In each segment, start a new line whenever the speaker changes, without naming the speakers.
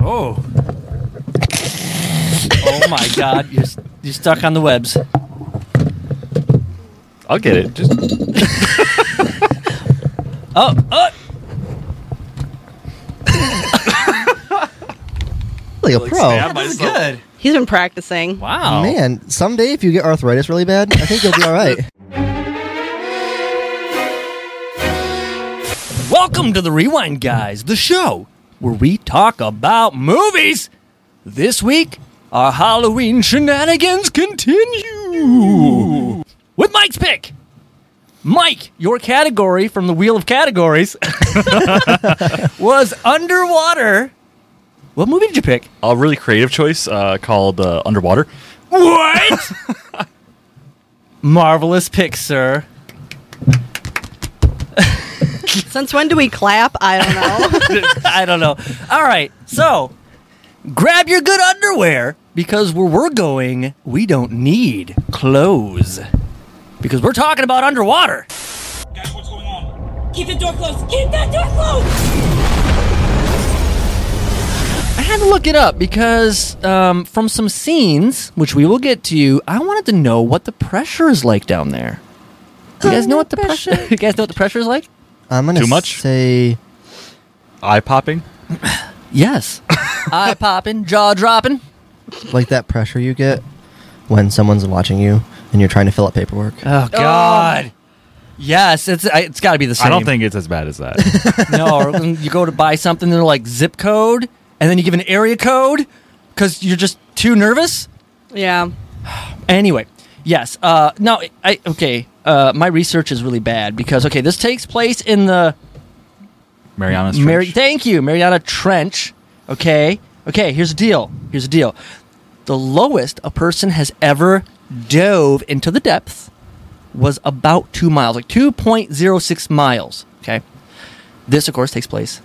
Oh,
Oh my god, you're, s- you're stuck on the webs.
I'll get it. Just
Oh, oh,
Like a
like
pro.
stab
This is
myself.
good.
He's been practicing.
wow.
Man, someday if you get arthritis really bad, I think you'll be all right.
Welcome to the Rewind Guys, the show where we talk about movies. This week, our Halloween shenanigans continue with Mike's pick. Mike, your category from the Wheel of Categories was underwater. What movie did you pick?
a really creative choice uh, called uh, Underwater.
What? Marvelous pick, sir.
Since when do we clap? I don't know.
I don't know. All right, so grab your good underwear because where we're going, we don't need clothes because we're talking about underwater.
Guys, what's going on? Keep the door closed. Keep that door closed.
I had to look it up because um, from some scenes, which we will get to, I wanted to know what the pressure is like down there. You guys know what the pressure? you guys know what the pressure is like?
I'm gonna
Too much?
say
Eye popping.
Yes. Eye popping, jaw dropping.
like that pressure you get when someone's watching you and you're trying to fill out paperwork.
Uh,
Oh God. Yes, it's I- it's got to be the same.
I don't think it's as bad as that.
no, or when you go to buy something, they're like zip code, and then you give an area code because you're just too nervous.
yeah.
Anyway, yes. Uh, no, I okay. Uh, my research is really bad because okay, this takes place in the
Mariana's
Mari-
Trench.
Thank you, Mariana Trench. Okay, okay. Here's the deal. Here's the deal. The lowest a person has ever dove into the depth was about two miles, like two point zero six miles. Okay, this of course takes place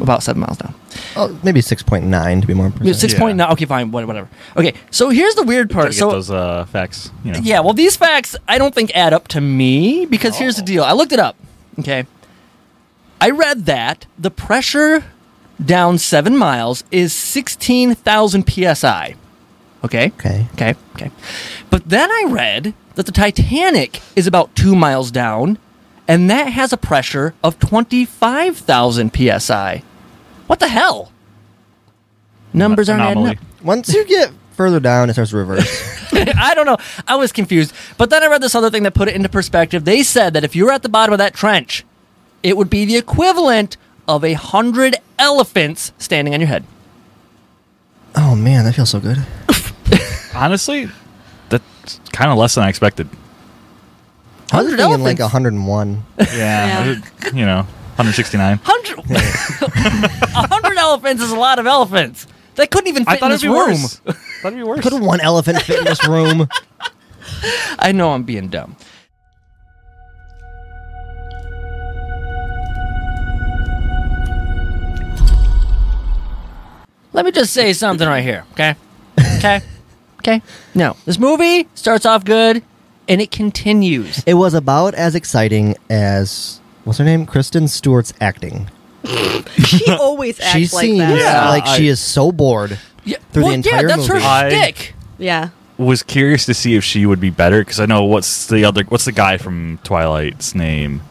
about seven miles down.
Oh, maybe 6.9 to be more precise.
Six point nine. Okay, fine. what- Whatever. Okay. So here's the weird
Gotta
part.
get
So
those uh, facts. You know.
yeah. Well, these facts I don't think add up to me because here's the deal. I looked it up. Okay. I read that the pressure down seven miles is sixteen thousand psi. Okay.
Okay.
Okay. Okay. But then I read that the Titanic is about two miles down, and that has a pressure of twenty five thousand psi. What the hell? Numbers aren't adding
Anomaly.
up.
Once you get further down, it starts to reverse.
I don't know. I was confused. But then I read this other thing that put it into perspective. They said that if you were at the bottom of that trench, it would be the equivalent of a hundred elephants standing on your head.
oh man, that feels so good.
Honestly, that's kind of less than I expected.
I was
100
thinking like
elephants.
101.
Yeah. You know, 169.
Hundred, a hundred elephants is a lot of elephants. That couldn't even fit
I
in
thought
this
it'd be
room.
worse. I thought it'd be worse.
Could one elephant fit in this room?
I know I'm being dumb. Let me just say something right here, okay? Okay? Okay? No. This movie starts off good and it continues.
It was about as exciting as what's her name, Kristen Stewart's acting.
She always acts
she
like
seems
that.
Yeah,
like she
I-
is so bored.
Yeah,
Through the
well,
entire
yeah, that's
movie.
her
I-
shtick.
Yeah.
was curious to see if she would be better because I know what's the other what's the guy from Twilight's name.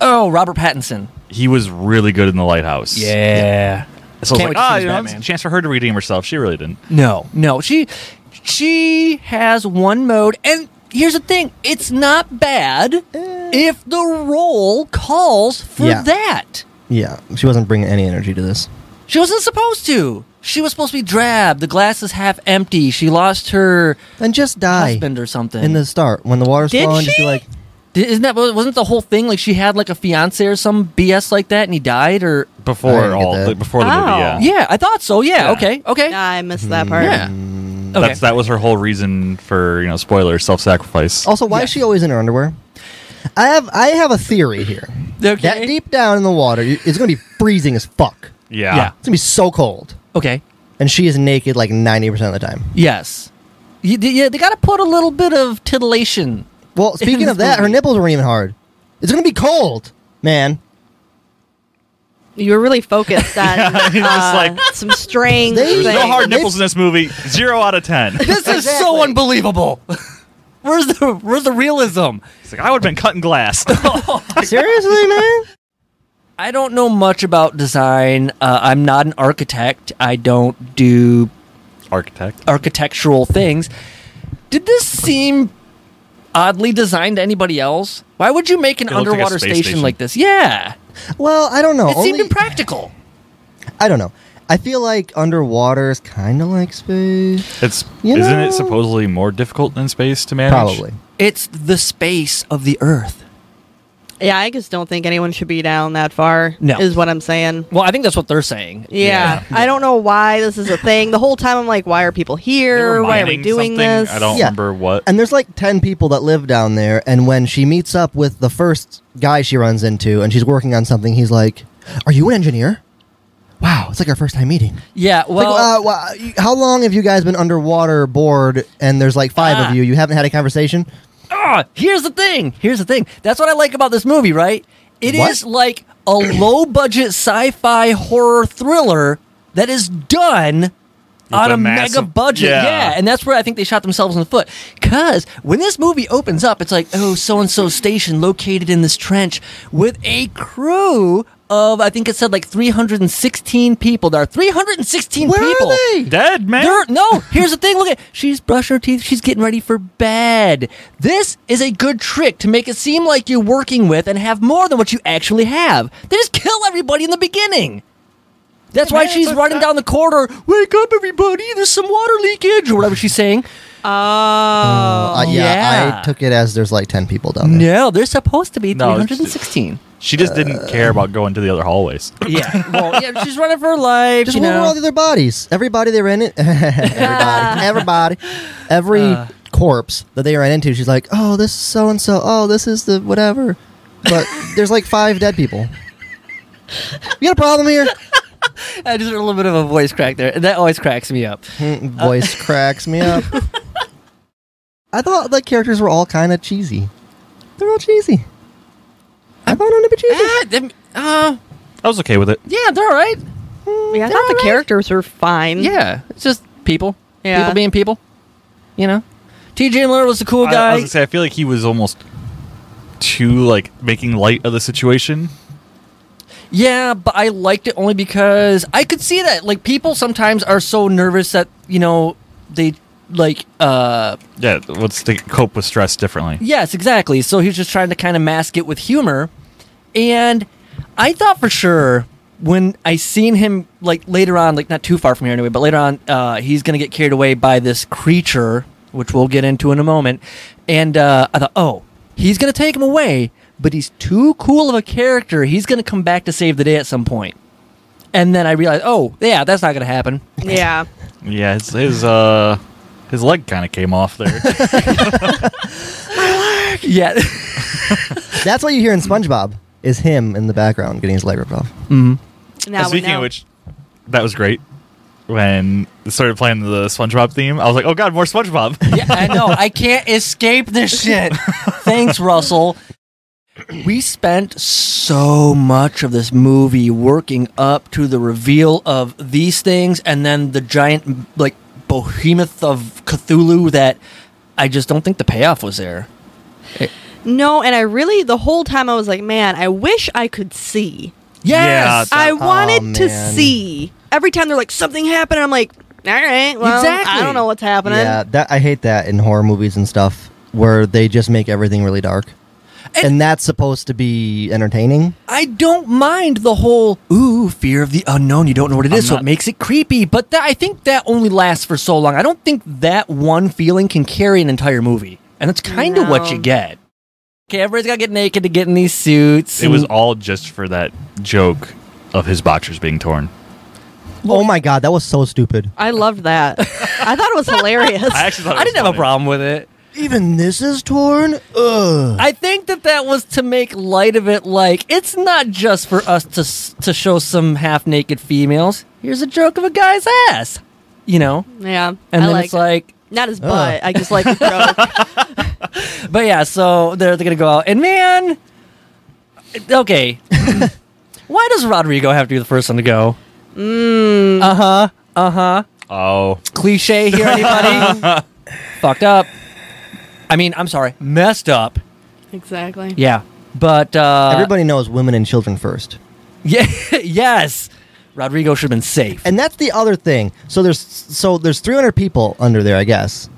Oh, Robert Pattinson.
He was really good in the Lighthouse.
Yeah.
So I was
Can't
like,
wait to see
ah,
his
you know, it's
Batman."
a chance for her to redeem herself. She really didn't.
No, no. She she has one mode, and here's the thing: it's not bad if the role calls for
Eh. Yeah.
that.
Yeah, she wasn't bringing any energy to this.
She wasn't supposed to. She was supposed to be drab. The glass is half empty. She lost her
Then just die
husband or something.
in the start when the water's
Did
flowing. Just be
she?
like,
Di- Isn't that wasn't the whole thing? Like she had like a fiance or some BS like that, and he died. Or
I
Before
didn't get
all,
that.
like, before the
Oh.
movie, yeah.
yeah, I thought so. Yeah.
Yeah.
Okay. Okay.
I missed that part.
yeah.
Mm,
Okay.
That's that was her whole reason for you know spoiler self sacrifice.
also, why is she always in her underwear? I have I have a theory here.
Okay.
That deep down in the water, you- it's going to be freezing as fuck.
Yeah.
Yeah.
It's going to be so cold,
Okay.
and she is naked like ninety percent of the time.
Yes. You, they- yeah, they got to put a little bit of titillation
Well, speaking
this
of that, her
movie.
nipples weren't even hard. It's going to be cold, man.
You were really focused on
Yeah, he's just
uh,
like-
some strings.
There's
There's no
things.
hard nipples in this movie. Zero out of ten.
This is so
Exactly.
unbelievable. Where's the where's the realism?
It's like I would have been cutting glass.
Seriously, man?
I don't know much about design. Uh, I'm not an architect. I don't do
Architect.
architectural things. Did this seem oddly designed to anybody else? Why would you make an
It looked like a
underwater
space
station,
station.
like this? Yeah,
Well, I don't know.
it seemed
Only-
impractical.
I don't know. I feel like underwater is kind of like space.
It's
You
isn't
know-
it supposedly more difficult than space to manage?
Probably.
It's the space of the Earth.
Yeah, I just don't think anyone should be down that far.
No.
is what I'm saying.
Well, I think that's what they're saying.
Yeah. I don't know why this is a thing. The whole time I'm like, why are people
They were
here? Why are we
mining
doing
something.
this?
I don't
Yeah.
remember what.
And there's like 10 people that live down there. And when she meets up with the first guy she runs into and she's working on something, he's like, Are you an engineer? Wow, it's like our first time meeting.
Yeah.
Like,
Well,
uh, wha- you- how long have you guys been underwater bored and there's like five
Ah.
of you? You haven't had a conversation?
Ah, here's the thing. Here's the thing. That's what I like about this movie, right? It is
What?
like a low budget sci fi horror thriller that is done on
a
a, mega
massive-
budget.
Yeah.
Yeah. And that's where I think they shot themselves in the foot. Because when this movie opens up, it's like, oh, so and so station located in this trench with a crew of, I think it said like 316 people. There are 316
Where
people.
are they?
Dead man.
They're- no, here's the thing. Look at she's brushing her teeth. She's getting ready for bed. This is a good trick to make it seem like you're working with and have more than what you actually have. They just kill everybody in the beginning. That's why
Man,
she's
but
running
that-
down the corridor. Wake up, everybody! There's some water leakage or whatever she's saying.
Oh.
Uh, yeah,
yeah.
I took it as there's like 10 people down there.
No, there's supposed to be
No, it's-
316.
she just didn't
Uh,
care about going to the other hallways.
yeah, well, yeah, she's running for her life.
Just
you
what
know.
were all the other bodies? Everybody they ran in, everybody, everybody, every
Uh.
corpse that they ran into. She's like, oh, this is so and so. Oh, this is the whatever. But there's like five dead people. You got a problem here?
I Uh, just heard a little bit of a voice crack there. That always cracks me up.
Mm, Voice cracks me up. I thought the characters were all kind of cheesy. They're all cheesy. I found them to be cheesy.
Ah, them- uh,
I was okay with it.
yeah, they're all right.
Yeah, I thought the
Alright.
characters were fine.
Yeah, it's just people.
Mm-hmm. Yeah.
People being people. You know? TJ Miller was the cool
I, I
guy.
was gonna say I feel like he was almost too like making light of the situation.
yeah, but I liked it only because I could see that. Like, people sometimes are so nervous that, you know, they, like, uh,
Yeah, what's to cope with stress differently?
yes, exactly. So he was just trying to kind of mask it with humor. And I thought for sure when I seen him, like, later on, like, not too far from here anyway, but later on, uh, he's going to get carried away by this creature, which we'll get into in a moment. And uh, I thought, oh, he's going to take him away, but he's too cool of a character. He's going to come back to save the day at some point. And then I realized, oh, yeah, that's not going to happen.
Yeah.
Yeah, his his uh his leg kind of came off there.
Yeah. Ah.
That's what you hear in SpongeBob. Is him in the background getting his leg ripped off?
Now we
Speaking
know.
of which, that was great. When they started playing the SpongeBob theme, I was like, "Oh God, more SpongeBob!"
yeah, I know. I can't escape this shit. Thanks, Russell. We spent so much of this movie working up to the reveal of these things and then the giant, like, behemoth of Cthulhu that I just don't think the payoff was there.
no, and I really the whole time I was like, man, I wish I could see.
Yes!
Yeah,
I wanted to
oh, man.
see. Every time they're like something happened, I'm like, all right, well,
Exactly.
I don't know what's happening.
Yeah, that I hate that in horror movies and stuff where they just make everything really dark.
And-
And, that's supposed to be entertaining.
I don't mind the whole ooh fear of the unknown. You don't know what it is, so it
not-
makes it creepy. But that, I think that only lasts for so long. I don't think that one feeling can carry an entire movie, and that's kind of what
No.
you get. Okay, everybody's got to get naked to get in these suits.
it was
and-
all just for that joke of his boxers being torn.
oh my god, that was so stupid.
I loved that. I thought it was hilarious.
I actually thought it
I
was
didn't have a
funny.
problem with it.
Even this is torn. Ugh.
I think that that was to make light of it. Like it's not just for us to s- to show some half naked females. Here's a joke of a guy's ass, you know.
yeah,
And
I
then
like
it's like
not his butt. I just like the joke.
But yeah, so they're, they're gonna go out, and man, okay, Why does Rodrigo have to be the first one to go? Mm. Uh huh. Uh huh.
Oh,
Cliche here, anybody? Fucked up. I mean, I'm sorry, messed up.
Exactly.
Yeah, but uh,
Everybody knows women and children first.
Yeah, yes. Rodrigo should have been safe.
And that's the other thing. So there's so there's 300 people under there, I guess.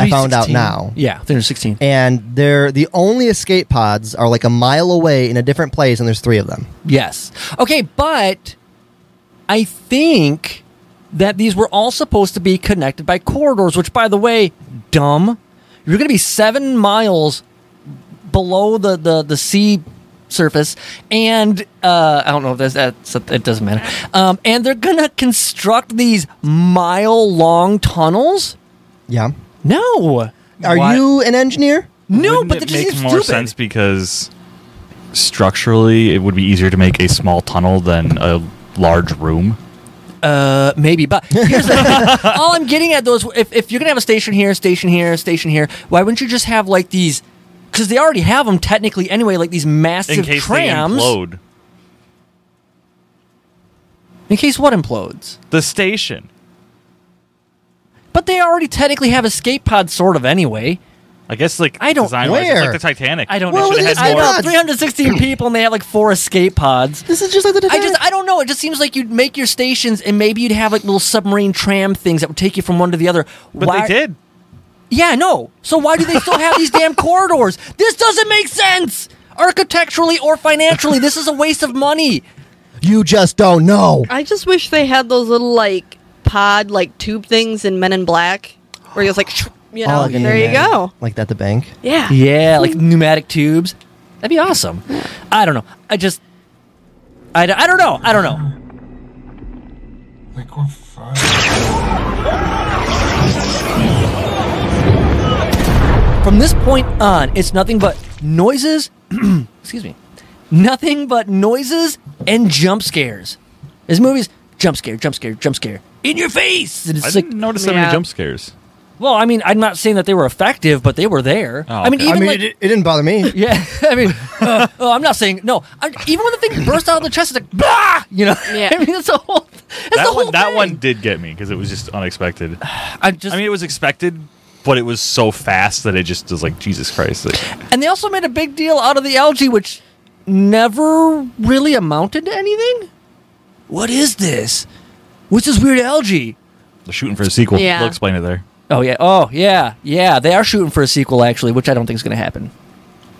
I found out
316.
now.
Yeah, 316.
And they're the only escape pods are like a mile away in a different place, and there's three of them.
Yes. Okay, but I think that these were all supposed to be connected by corridors, which, by the way, dumb. You're going to be seven miles below the, the, the sea surface, and uh, I don't know if that's, that's it doesn't matter. Um, and they're going to construct these mile long tunnels?
Yeah.
No.
Are
Why-
you an engineer?
No,
Wouldn't
but
it
that just
makes
seems
more
stupid.
sense because structurally, it would be easier to make a small tunnel than a large room.
Uh, maybe, but here's the thing. all I'm getting at those. If, if you're gonna have a station here, station here, station here, why wouldn't you just have like these? Because they already have them technically anyway, like these massive
In case
trams.
they implode
In case what implodes?
the station,
But they already technically have escape pods, sort of anyway.
I guess like
I don't-
design-wise, it's
Where?
like the Titanic.
I don't
Well,
know.
with
It
these
had
I
escape
more-
know
pods.
316 people and they had like four escape pods.
This is just like the
I
Titanic.
just I don't know. It just seems like you'd make your stations and maybe you'd have like little submarine tram things that would take you from one to the other.
but
Why-
they did.
Yeah, no. So why do they still have these damn corridors? This doesn't make sense architecturally or financially. This is a waste of money.
you just don't know.
I just wish they had those little like pod like tube things in Men in Black, where you're just like, you know,
All
there you
pneumatic,
go.
Like that, the bank.
Yeah.
Yeah, like pneumatic tubes. That'd be awesome. I don't know. I just I, d- I don't know. I don't know.
Like we're fine.
From this point on, it's nothing but noises, excuse me. Nothing but noises and jump scares. This movie's jump scare, jump scare, jump scare. In your face. And
I
it's like
didn't notice that many
Yeah.
jump scares.
well, I mean, I'm not saying that they were effective, but they were there.
Oh,
I mean,
okay.
even
I mean,
like,
it, it didn't bother me.
Yeah, I mean, uh, oh, I'm not saying no. I, even when the thing bursts out of the chest, it's like bah, you know.
Yeah.
I mean, that's the whole. That's
that
the whole
one, that
thing.
one did get me because it was just unexpected.
I just.
I mean, it was expected, but it was so fast that it just was like Jesus Christ. Like,
and they also made a big deal out of the algae, which never really amounted to anything. What is this? What's this weird algae?
they're shooting for a sequel.
Yeah.
They'll explain it there.
Oh yeah. Oh yeah. Yeah. They are shooting for a sequel, actually, which I don't think is going to happen.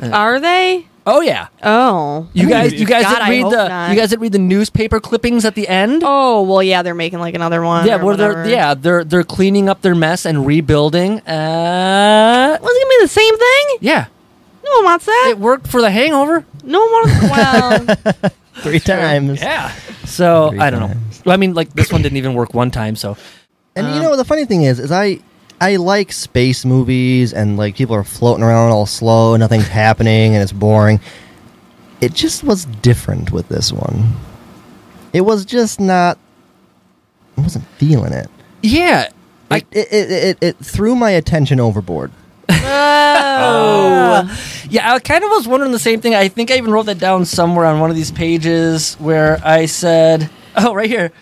Are they?
Oh yeah.
Oh.
You guys, you guys
God,
didn't
I
read
hope
the
not.
you guys didn't read the newspaper clippings at the end.
Oh well, yeah, they're making like another one.
Yeah,
or
well, they're
whatever.
yeah they're they're cleaning up their mess and rebuilding. Uh,
Was it gonna be the same thing?
yeah,
No one wants that.
it worked for The Hangover.
no one wants. Well,
Three times.
Yeah. So
Three
I don't know.
times.
Well, I mean, like this one didn't even work one time. So
And you know the funny thing is, is I I like space movies and like people are floating around all slow, nothing's happening, and it's boring. It just was different with this one. It was just not. I wasn't feeling it.
yeah, I-
It it, it, it, it threw my attention overboard.
uh, oh.
yeah. I kind of was wondering the same thing. I think I even wrote that down somewhere on one of these pages where I said, "Oh, right here.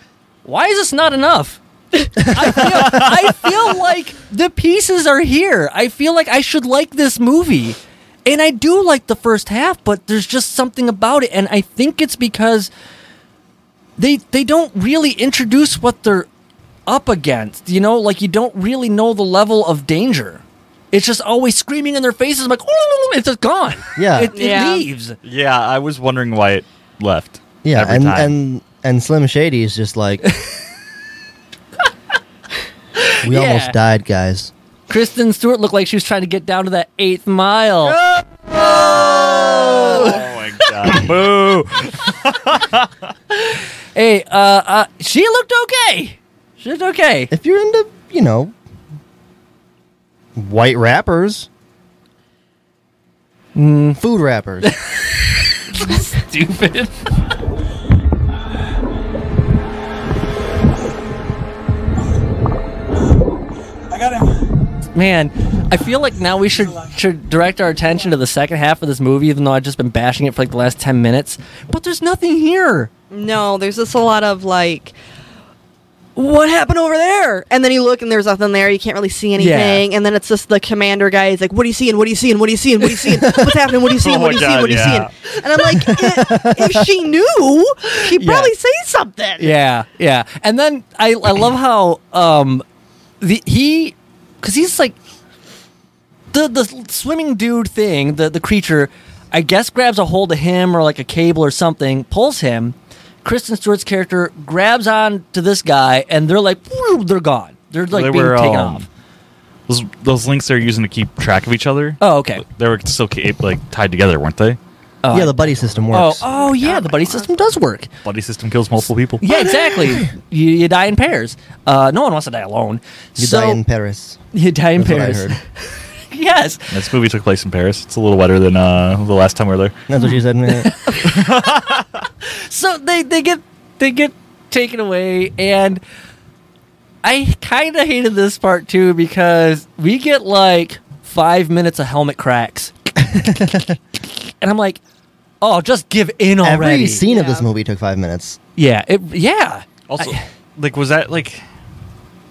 Why is this not enough?" I feel, I feel like the pieces are here. I feel like I should like this movie. And I do like the first half, but there's just something about it. And I think it's because they they don't really introduce what they're up against. You know, like you don't really know the level of danger. It's just always screaming in their faces. I'm like, oh, it's just gone.
Yeah.
It, it
Yeah.
leaves.
Yeah, I was wondering why it left.
Yeah,
every
and
time.
and and Slim Shady is just like. we
Yeah.
almost died, guys.
Kristen Stewart looked like she was trying to get down to that eighth mile.
oh my god, boo!
Hey, uh, uh, she looked okay. She looked okay.
If you're into, you know, white rappers,
Mm.
food rappers,
Stupid.
I got him.
man, I feel like now we should should direct our attention to the second half of this movie, even though I've just been bashing it for like the last ten minutes. But there's nothing here.
No, there's just a lot of like, what happened over there? And then you look and there's nothing there. You can't really see anything. And then it's just the commander guy. He's like, what are you seeing? What are you seeing? What are you seeing? What are you seeing? What's happening? What are you seeing?
Oh
What are you
my
seeing?
God,
What are you
yeah.
seeing? And I'm like, "Eh, if she knew, she'd
Yeah.
probably say something.
Yeah, yeah. And then I I love how um the he because he's like the the swimming dude thing the the creature I guess grabs a hold of him or like a cable or something pulls him. Kristen Stewart's character grabs on to this guy and they're like "Woo," they're gone. They're like
They
being
were,
taken
um,
off.
Those, those links they're using to keep track of each other.
Oh okay.
They were still ca- like tied together, weren't they?
yeah, the buddy system
Oh
works.
oh yeah, the buddy system does work.
Buddy system kills multiple people.
Yeah, exactly. you, you die in pairs. Uh, no one wants to die alone.
you
so,
die in Paris.
You die in
That's what I
pairs.
heard.
yes.
This movie took place in Paris. It's a little wetter than uh, the last time we were there.
That's what she said. man.
so they they get they get taken away and i kind of hated this part too because we get like five minutes of helmet cracks and i'm like oh just give in already
Every scene of this
Yeah.
movie took five minutes.
yeah it, yeah
Also,
I-
like, was that like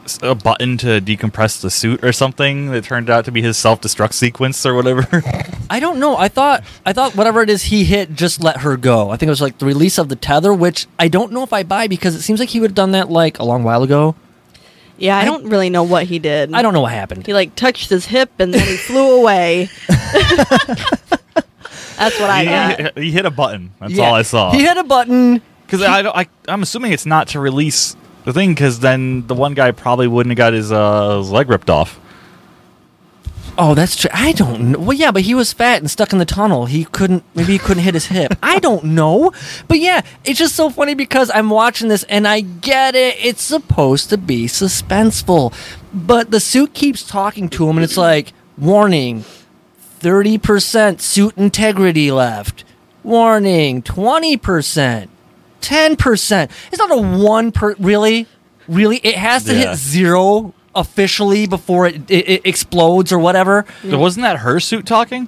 s- a button to decompress the suit or something that turned out to be his self-destruct sequence or whatever?
I don't know. I thought I thought whatever it is he hit, just let her go. I think it was like the release of the tether, which I don't know if I buy because it seems like he would have done that like a long while ago.
Yeah, I don't really know what he did.
I don't know what happened.
He like touched his hip and then he flew away. That's what I got.
he, he hit a button. That's
Yeah.
all I saw.
He hit a button.
Because I, don't- I, I'm assuming it's not to release the thing, because then the one guy probably wouldn't have got his, uh, his leg ripped off.
Oh, that's true. I don't know. Well, yeah, but he was fat and stuck in the tunnel. He couldn't. Maybe he couldn't hit his hip. I don't know. But yeah, it's just so funny because I'm watching this and I get it. It's supposed to be suspenseful, but the suit keeps talking to him, and it's like, warning, thirty percent suit integrity left. Warning, twenty percent, ten percent. It's not a one per. Really, really, it has to
Yeah.
hit zero officially before it, it, it explodes or whatever.
Wasn't that her suit talking?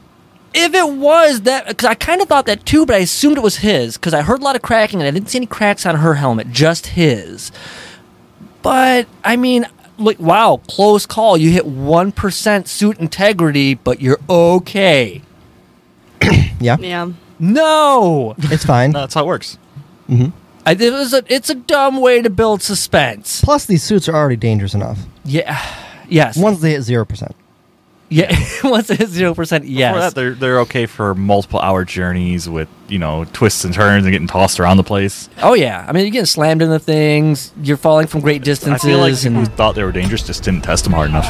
If it was that, because I kind of thought that too, but I assumed it was his because I heard a lot of cracking and I didn't see any cracks on her helmet, just his. But I mean, like, wow, close call. You hit one percent suit integrity, but you're okay.
Yeah,
Yeah.
No,
it's fine.
No, that's how it works.
I, it was a, it's a dumb way to build suspense.
Plus, these suits are already dangerous enough.
Yeah, yes,
Once they hit zero percent,
yeah, once it hits zero percent,
Before
yes,
that, they're, they're okay for multiple hour journeys with, you know, twists and turns and getting tossed around the place.
oh yeah. I mean, you're getting slammed into things. You're falling from great
I
distances.
feel like people who
and,
thought they were dangerous just didn't test them hard enough.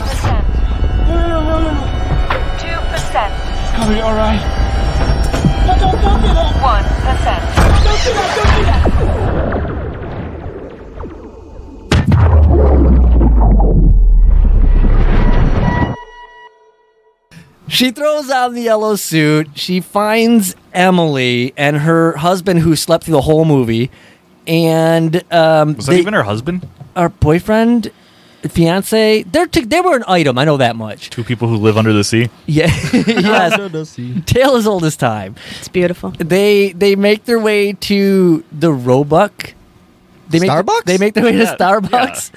Two percent.
Are you alright?
No, don't, don't do that.
One percent.
Don't do that. Don't do that.
She throws on the yellow suit. She finds Emily and her husband, who slept through the whole movie, and um,
Was that
they-
even her husband?
our boyfriend, fiance. They're t- they were an item. I know that much.
Two people who live under the sea?
Yeah, yes. Tale as old as time.
It's beautiful.
They they make their way to the Roebuck. They make,
Starbucks?
They make their way
Yeah,
to Starbucks.
Haven't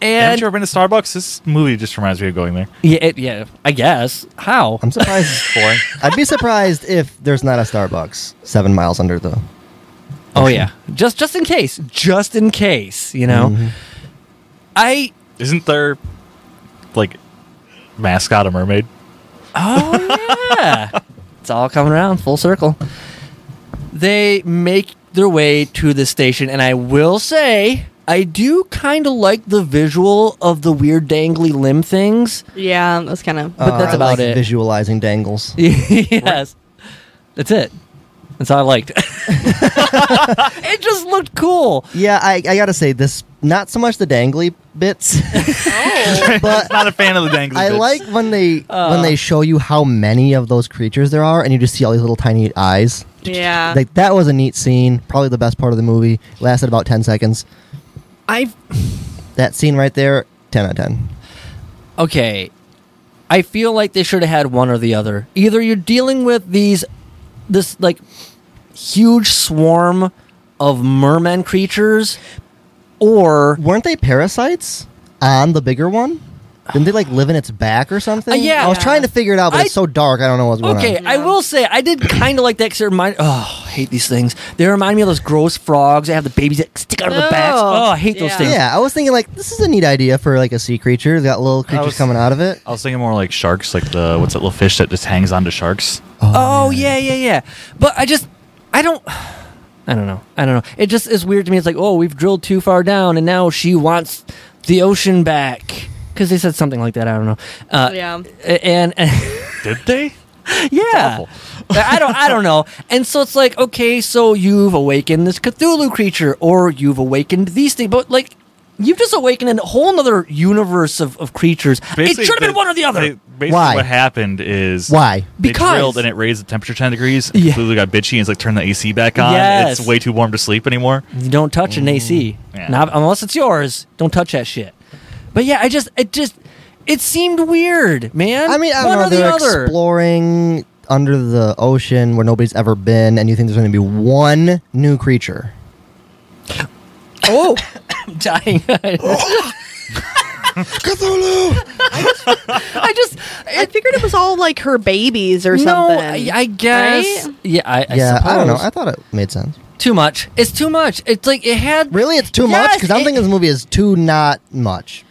And
you ever been to Starbucks? This movie just reminds me of going there.
yeah, it- yeah, I guess. How?
I'm surprised.
Boring.
I'd be surprised if there's not a Starbucks seven miles under the.
Oh yeah, just just in case, just in case, you know.
Mm-hmm.
I
Isn't there, like, mascot a mermaid?
Oh yeah. it's all coming around full circle. They make their way to the station and I will say I do kind of like the visual of the weird dangly limb things.
Yeah, that's kind of.
But that's
I
about
Uh, like
it.
Visualizing dangles.
yes. That's it. That's all I liked. it just looked cool.
Yeah, I, I gotta say this. Not so much the dangly bits,
Oh.
but
Not a fan of the dangly
I
bits.
like when they when they show you how many of those creatures there are, and you just see all these little tiny eyes.
Uh.
Yeah.
Like that was a neat scene. Probably the best part of the movie. Lasted about ten seconds.
I
That scene right there, ten out of ten.
okay. I feel like they should have had one or the other. Either you're dealing with these, this like huge swarm of merman creatures, or
Weren't they parasites on the bigger one? Didn't they like live in its back or something?
Uh, yeah.
I was trying to figure it out, but
I-
it's so dark. I don't know what's going
okay,
on.
I will say I did kind of like that because it reminded. Oh, I hate these things. They remind me of those gross frogs. They have the babies that stick out of the backs.
Oh,
Oh, I hate those
yeah.
things.
Yeah, I was thinking like this is a neat idea for like a sea creature. It's got little creatures
was-
coming out of it.
I was thinking more like sharks, like the what's that little fish that just hangs onto sharks?
Oh yeah, yeah, yeah. But I just, I don't, I don't know, I don't know. It just is weird to me. It's like, oh, we've drilled too far down, and now she wants the ocean back because they said something like that. I don't know. Uh,
Yeah.
a- And, and
Did they?
yeah,
awful.
I don't, I don't know. And so it's like, okay, so you've awakened this Cthulhu creature, or you've awakened these things, but like. You've just awakened a whole nother universe of, of creatures.
Basically,
it should have been
they-
one or the other.
they- basically,
Why?
what happened is
Why?
they
Because-
drilled and it raised the temperature ten degrees. And
Yeah.
Cthulhu got bitchy and it's like turn the AC back on.
Yes.
It's way too warm to sleep anymore.
You don't touch an AC.
Yeah.
Not- unless it's yours. Don't touch that shit. But yeah, I just it just it seemed weird, man.
I mean, I don't
one
know.
or the
They're
other.
exploring under the ocean where nobody's ever been, and you think there's going to be one new creature.
oh, I'm dying.
Cthulhu.
I just I figured it was all like her babies or
no,
something.
I, I guess.
Right?
Yeah, I, I
Yeah,
suppose.
I don't know. I thought it made sense.
too much. It's too much. It's like it had
Really, it's too much
Yes,
because I'm
it-
thinking this movie is too not much.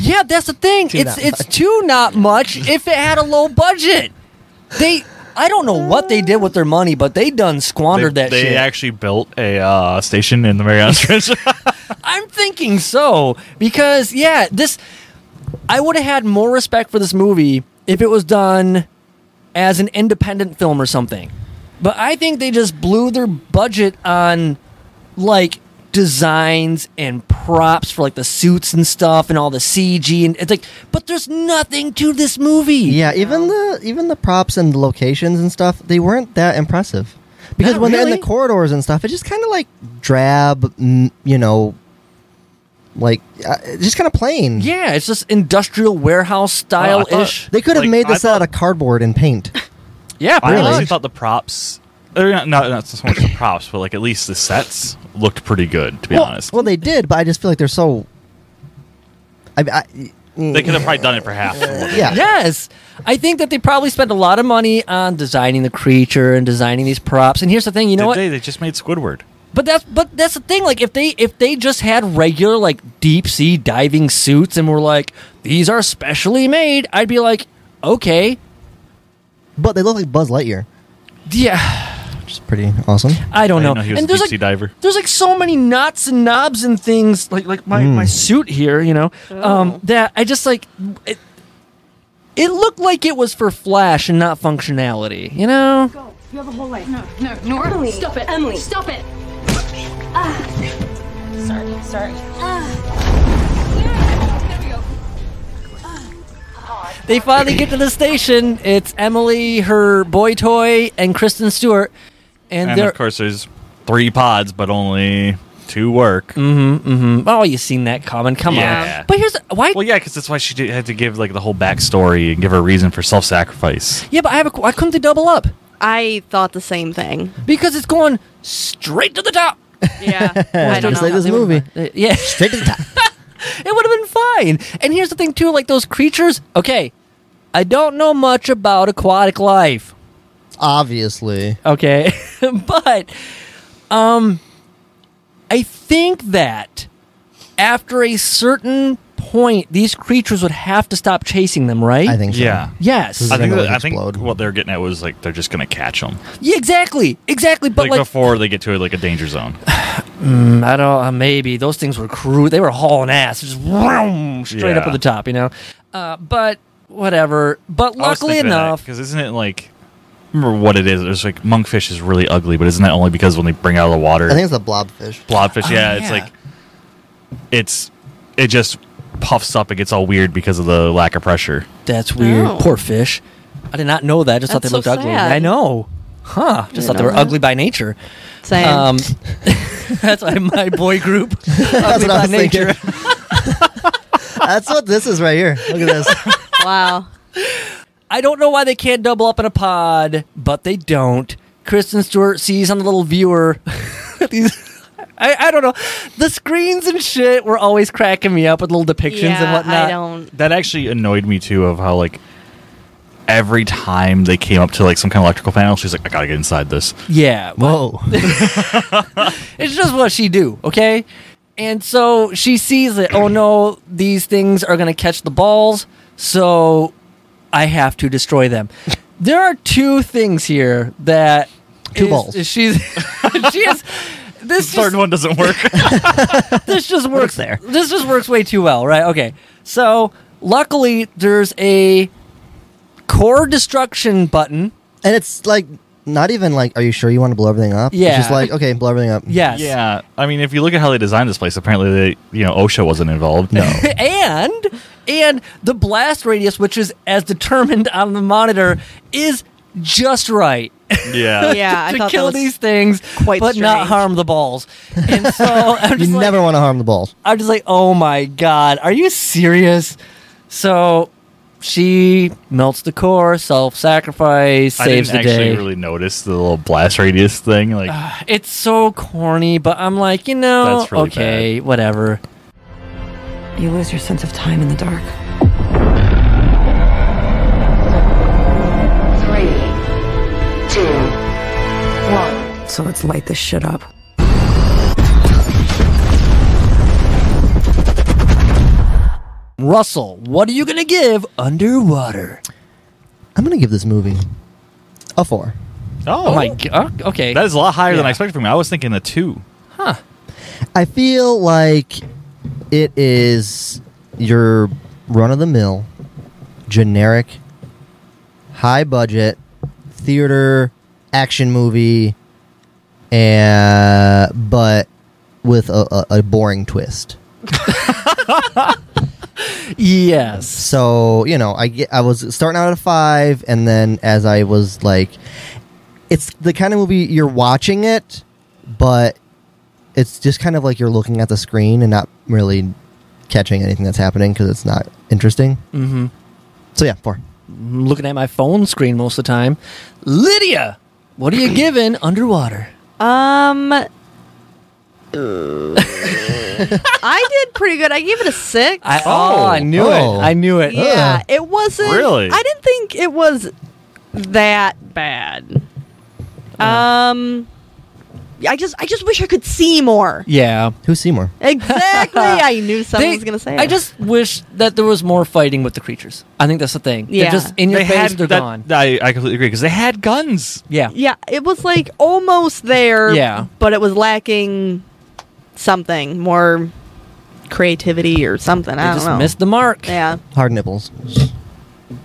Yeah, that's the thing. it's
not
it's too not much if it had a low budget. They I don't know what they did with their money, but they done squandered
they
that
they
shit.
actually built a uh, station in the Mariana Trench.
I'm thinking so because yeah, this I would have had more respect for this movie if it was done as an independent film or something. But I think they just blew their budget on like designs and props for like the suits and stuff and all the CG and it's like but there's nothing to this movie.
Yeah, even the even the props and the locations and stuff, they weren't that impressive. Because
Not
when they're in
really.
the corridors and stuff, it's just kind of like drab, mm, you know, like uh, it's just kind of plain.
Yeah, it's just industrial warehouse style ish.
Uh,
They could have
Like,
made
I
this out of cardboard and paint.
yeah,
I
pretty
Really?
honestly
much.
thought the props, or not, not, not so much the props, but like at least the sets looked pretty good. To be honest,
well, they did, but I just feel like they're so. I, I,
they could have probably done it for half. the
Yeah.
Yes. I think that they probably spent a lot of money on designing the creature and designing these props. And here's the thing, you know
Did
what?
they? They just made Squidward.
But that's but that's the thing. Like if they if they just had regular like deep sea diving suits and were like these are specially made, I'd be like, okay,
But they look like Buzz Lightyear,
yeah,
which is pretty awesome.
I don't
I
know.
didn't know he
Oh,
was
and
a
there's
deep
like
sea diver.
there's like so many knots and knobs and things like like my
Mm.
my suit here, you know, um, that I just like it. It looked like it was for flash and not functionality, you know.
You have a whole life. No, no, Nora. Stop it. Emily. Stop it.
Sorry, sorry.
They finally get to the station. It's Emily, her boy toy, and Kristen Stewart, and,
And
they're
of course, there's three pods, but only two work.
oh, you seen that comment? Come
Yeah.
on. But here's why.
Well, yeah, because that's why she did, had to give like the whole backstory and give her a reason for self-sacrifice.
yeah, but I have a. Why couldn't they double up?
I thought the same thing.
Because it's going straight to the top.
Yeah. I don't
Just like
know.
this movie.
Uh, yeah, it
Straight to the top.
would have been fine. And here's the thing too, like those creatures. Okay, I don't know much about aquatic life.
Obviously.
Okay. but um I think that after a certain point these creatures would have to stop chasing them, right?
I think Mm-hmm. so.
Yeah.
Yes.
I think,
They're
that,
gonna
I think
explode.
what they're getting at was like they're just gonna catch them,
Yeah, exactly. Exactly, but
like,
like,
before they get to like a danger zone.
I don't uh, maybe those things were crude. They were hauling ass just vroom, straight up
Yeah.
to the top, you know. Uh, but whatever. But luckily enough,
because isn't it like remember what it is? It's like monkfish is really ugly, but isn't that only because when they bring it out of the water,
I think it's the blobfish.
blobfish? yeah, it's
yeah.
like it's it just puffs up. It gets all weird because of the lack of pressure.
that's weird.
No.
Poor fish. I did not know that. I just thought they
That's
looked
so
ugly.
sad.
I know. Huh. Just thought they
know
were
that.
ugly by nature.
Same.
Um, that's why my boy group. Ugly
what I
by
was
nature.
That's what this is right here. Look at this.
wow.
I don't know why they can't double up in a pod, but they don't. Kristen Stewart sees on the little viewer. these, I, I don't know. The screens and shit were always cracking me up with little depictions and
Yeah, I
whatnot.
don't.
That actually annoyed me too of how like every time they came up to like some kind of electrical panel, she's like, I gotta get inside this.
Yeah, well,
Whoa.
it's just what she do, okay? And so she sees it. Oh no, these things are gonna catch the balls, so I have to destroy them. There are two things here that
Two
is-
balls.
is She's she is. This
Third
just,
one doesn't work.
this just works
there.
This just works way too well, right? Okay. So luckily, there's a core destruction button.
and it's like not even like, are you sure you want to blow everything up?
Yeah.
It's just like, okay, blow everything up.
Yes.
yeah. I mean if you look at how they designed this place, apparently they you know, OSHA wasn't involved. No.
and and the blast radius, which is as determined on the monitor, is just right.
yeah.
Yeah, I
to
thought
kill
that was
these things,
quite
but not
strange.
harm the balls. And so I'm
You
just like,
never want to harm the balls.
I'm just like, oh my god, are you serious? So she melts the core, self-sacrifice,
I
saves
didn't
the
actually
day.
really notice the little blast radius thing. Like
it's so corny, but I'm like, you know,
That's really
okay, whatever.
You lose your sense of time in the dark.
Three, two, one.
So let's light this shit up.
Russell, what are you gonna give underwater?
I'm going to give this movie a four.
Oh, my god. Okay.
That is a lot higher than
Yeah.
I expected from you. I was thinking a two.
I feel like it is your run of the mill, generic, high budget, theater, action movie, and, but with a, a, a boring twist.
yes.
So you know, I get, I was starting out at a five, and then as I was like, it's the kind of movie you're watching it, but it's just kind of like you're looking at the screen and not really catching anything that's happening because it's not interesting. Mm-hmm. So yeah, four.
I'm looking at my phone screen most of the time. Lydia, what are you giving underwater?
Um. I did pretty good. I gave it a six.
I, oh, I knew
oh.
it. I knew it.
yeah, it wasn't.
Really?
I didn't think it was that bad.
Uh.
Um, I just, I just wish I could see more.
Yeah.
Who's Seymour?
Exactly. I knew someone
They-
was gonna say.
I
it.
just wish that there was more fighting with the creatures. I think that's the thing.
Yeah.
They're just in your face, they're
that-
gone.
I, I completely agree because they had guns.
yeah.
yeah, it was like almost there.
Yeah.
but it was lacking something more creativity or something.
They
I don't
just
know.
missed the mark.
yeah.
Hard nipples.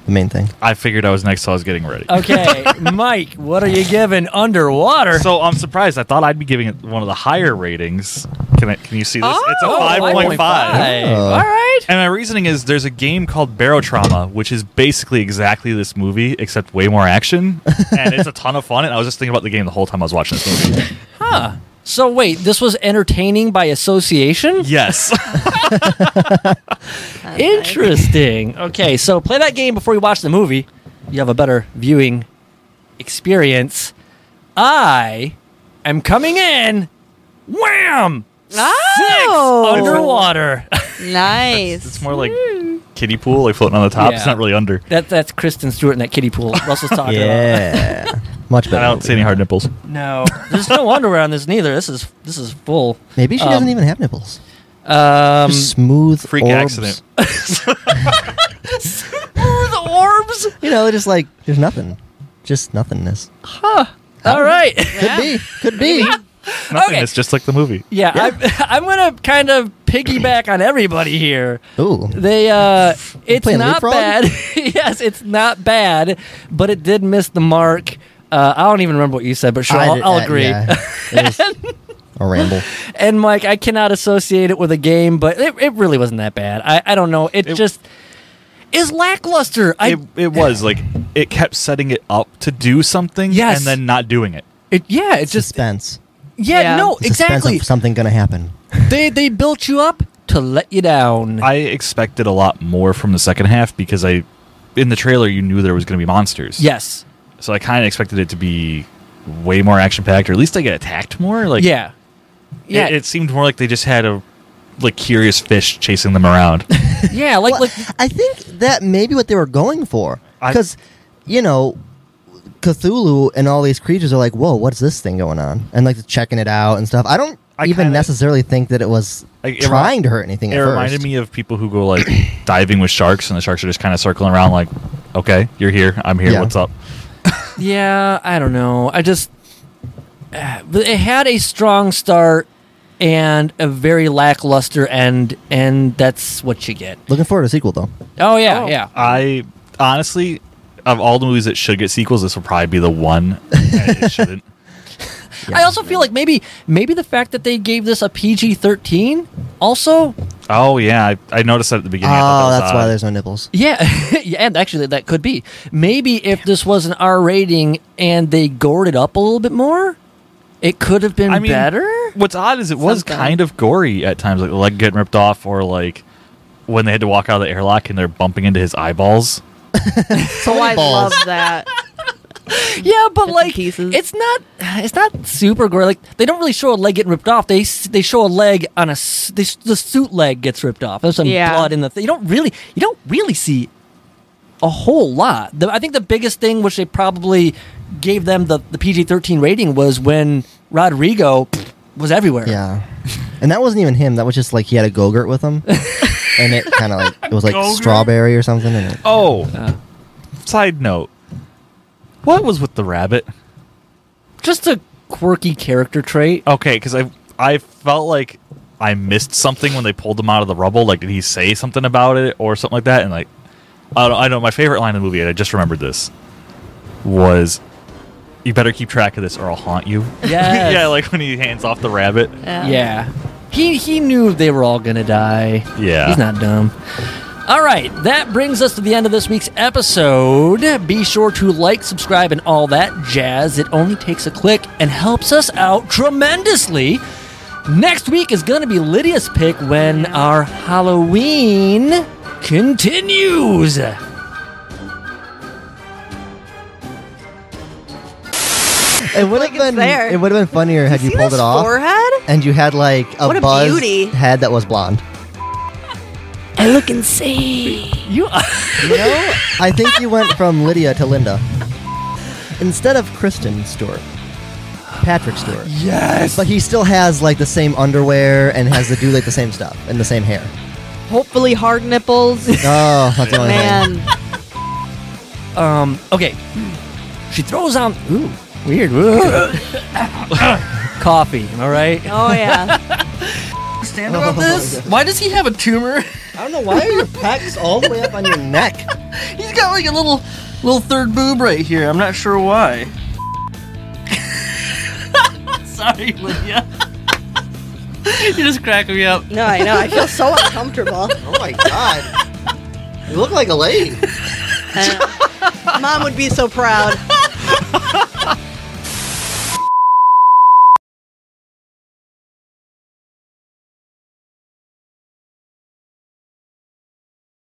The main thing.
I figured I was next, so I was getting ready.
Okay, Mike, what are you giving underwater?
So I'm surprised. I thought I'd be giving it one of the higher ratings. Can I, can you see this? it's a
Oh, 5.5.
5.5.
Oh.
All right.
And my reasoning is there's a game called Barotrauma, which is basically exactly this movie, except way more action. and it's a ton of fun. And I was just thinking about the game the whole time I was watching this movie.
So wait, this was entertaining by association?
yes.
Interesting. Okay, so play that game before you watch the movie. You have a better viewing experience. I am coming in. Wham!
Oh,
Six underwater.
Nice.
it's more like kiddie pool, like floating on the top. It's
Yeah.
not really under.
that that's Kristen Stewart in that kiddie pool. Russell's talking about.
Yeah, much
I
better.
don't see any hard nipples.
No, there's no underwear on this neither. This is this is full.
Maybe she
Um,
doesn't even have nipples.
Um,
Just smooth
Freak
orbs.
accident.
the orbs.
You know, just like there's nothing, just nothingness.
All right.
Could be. Could be.
Nothing.
Okay.
It's just like the movie.
Yeah, I'm, I'm gonna kind of piggyback on everybody here.
Ooh.
They uh it's
Playing
not
leapfrog?
bad. yes, it's not bad, but it did miss the mark. Uh, I don't even remember what you said, but sure,
I
I'll,
did-
I'll
uh,
agree.
yeah. It was a ramble.
And Mike, I cannot associate it with a game, but it, it really wasn't that bad. I, I don't know. It,
It-
just is lackluster. I
it, it was like it kept setting it up to do something
Yes.
and then not doing it.
it, yeah, it's just
Suspense.
yeah,
Yeah.
no,
The
exactly.
Suspense of something gonna happen.
they they built you up to let you down.
I expected a lot more from the second half because I in the trailer you knew there was going to be monsters.
Yes.
So I kind of expected it to be way more action packed, or at least I get attacked more. Like
yeah. Yeah.
it, it seemed more like they just had a like curious fish chasing them around.
yeah. Like
Well,
like
I think that may be what they were going for.
I-
Because, you know, Cthulhu and all these creatures are like, whoa, what's this thing going on? And like checking it out and stuff. I don't
I
even
kinda-
necessarily think that it was
Like, it remi-
trying to hurt anything
it
at first.
reminded me of people who go like diving with sharks, and the sharks are just kind of circling around, like, okay, you're here, I'm here,
Yeah.
what's up?
Yeah, I don't know. I just uh, but it had a strong start and a very lackluster end, and that's what you get.
Looking forward to a sequel, though.
Oh yeah, yeah.
I honestly, of all the movies that should get sequels, this will probably be the one. and it shouldn't.
I also feel like maybe maybe the fact that they gave this a PG thirteen also
Oh yeah, I, I noticed that at the beginning. I thought
oh,
that was
that's why
odd.
there's no nipples.
yeah, yeah, and actually that could be maybe if this was an R rating and they gored it up a little bit more, it could have been
I mean,
better.
What's odd is it was
Something.
kind of gory at times, like the leg getting ripped off, or like when they had to walk out of the airlock and they're bumping into his eyeballs.
So I love
balls.
that.
Yeah, but
and
like
pieces.
it's not it's not super gory. Like they don't really show a leg getting ripped off. They s- they show a leg on a s- they, s- the suit leg gets ripped off. There's some
Yeah.
blood in the thing. You don't really you don't really see a whole lot. The, I think the biggest thing which they probably gave them the, the PG-13 rating was when Rodrigo pfft, was everywhere.
Yeah. and that wasn't even him. That was just like he had a Go-Gurt with him. and it kind of like, it was like
Go-Gurt?
strawberry or something. And it,
Oh, side note, what was with the rabbit?
Just a quirky character trait.
Okay, because I I felt like I missed something when they pulled him out of the rubble. Like, did he say something about it or something like that? And like, I don't, I know my favorite line in the movie, and I just remembered this was, "You better keep track of this, or I'll haunt you."
Yes.
yeah, like when he hands off the rabbit.
Yeah. He he knew they were all gonna die.
Yeah.
He's not dumb. All right, that brings us to the end of this week's episode. Be sure to like, subscribe, and all that jazz. It only takes a click and helps us out tremendously. Next week is going to be Lydia's pick when our Halloween continues.
it would have
it's
been
there.
it would have been funnier had you,
See
pulled
this
it off
forehead?
and you had like a
What a
buzz
beauty.
head that was blonde.
I look insane.
You
You know, I think you went from Lydia to Linda. Instead of Kristen Stewart. Patrick Stewart.
Yes.
But he still has like the same underwear and has to do like the same stuff and the same hair.
Hopefully hard nipples.
Oh, that's the only thing.
Man.
Um, okay. She throws on. Ooh, weird. Ooh. Coffee, am I right?
Oh yeah.
Stand about this? Why does he have a tumor?
I don't know why are your pecs all the way up on your neck.
He's got like a little, little third boob right here. I'm not sure why. Sorry, Lydia. You're just cracking me up.
No, I know. I feel so uncomfortable.
Oh my god. You look like a lady.
Mom would be so proud.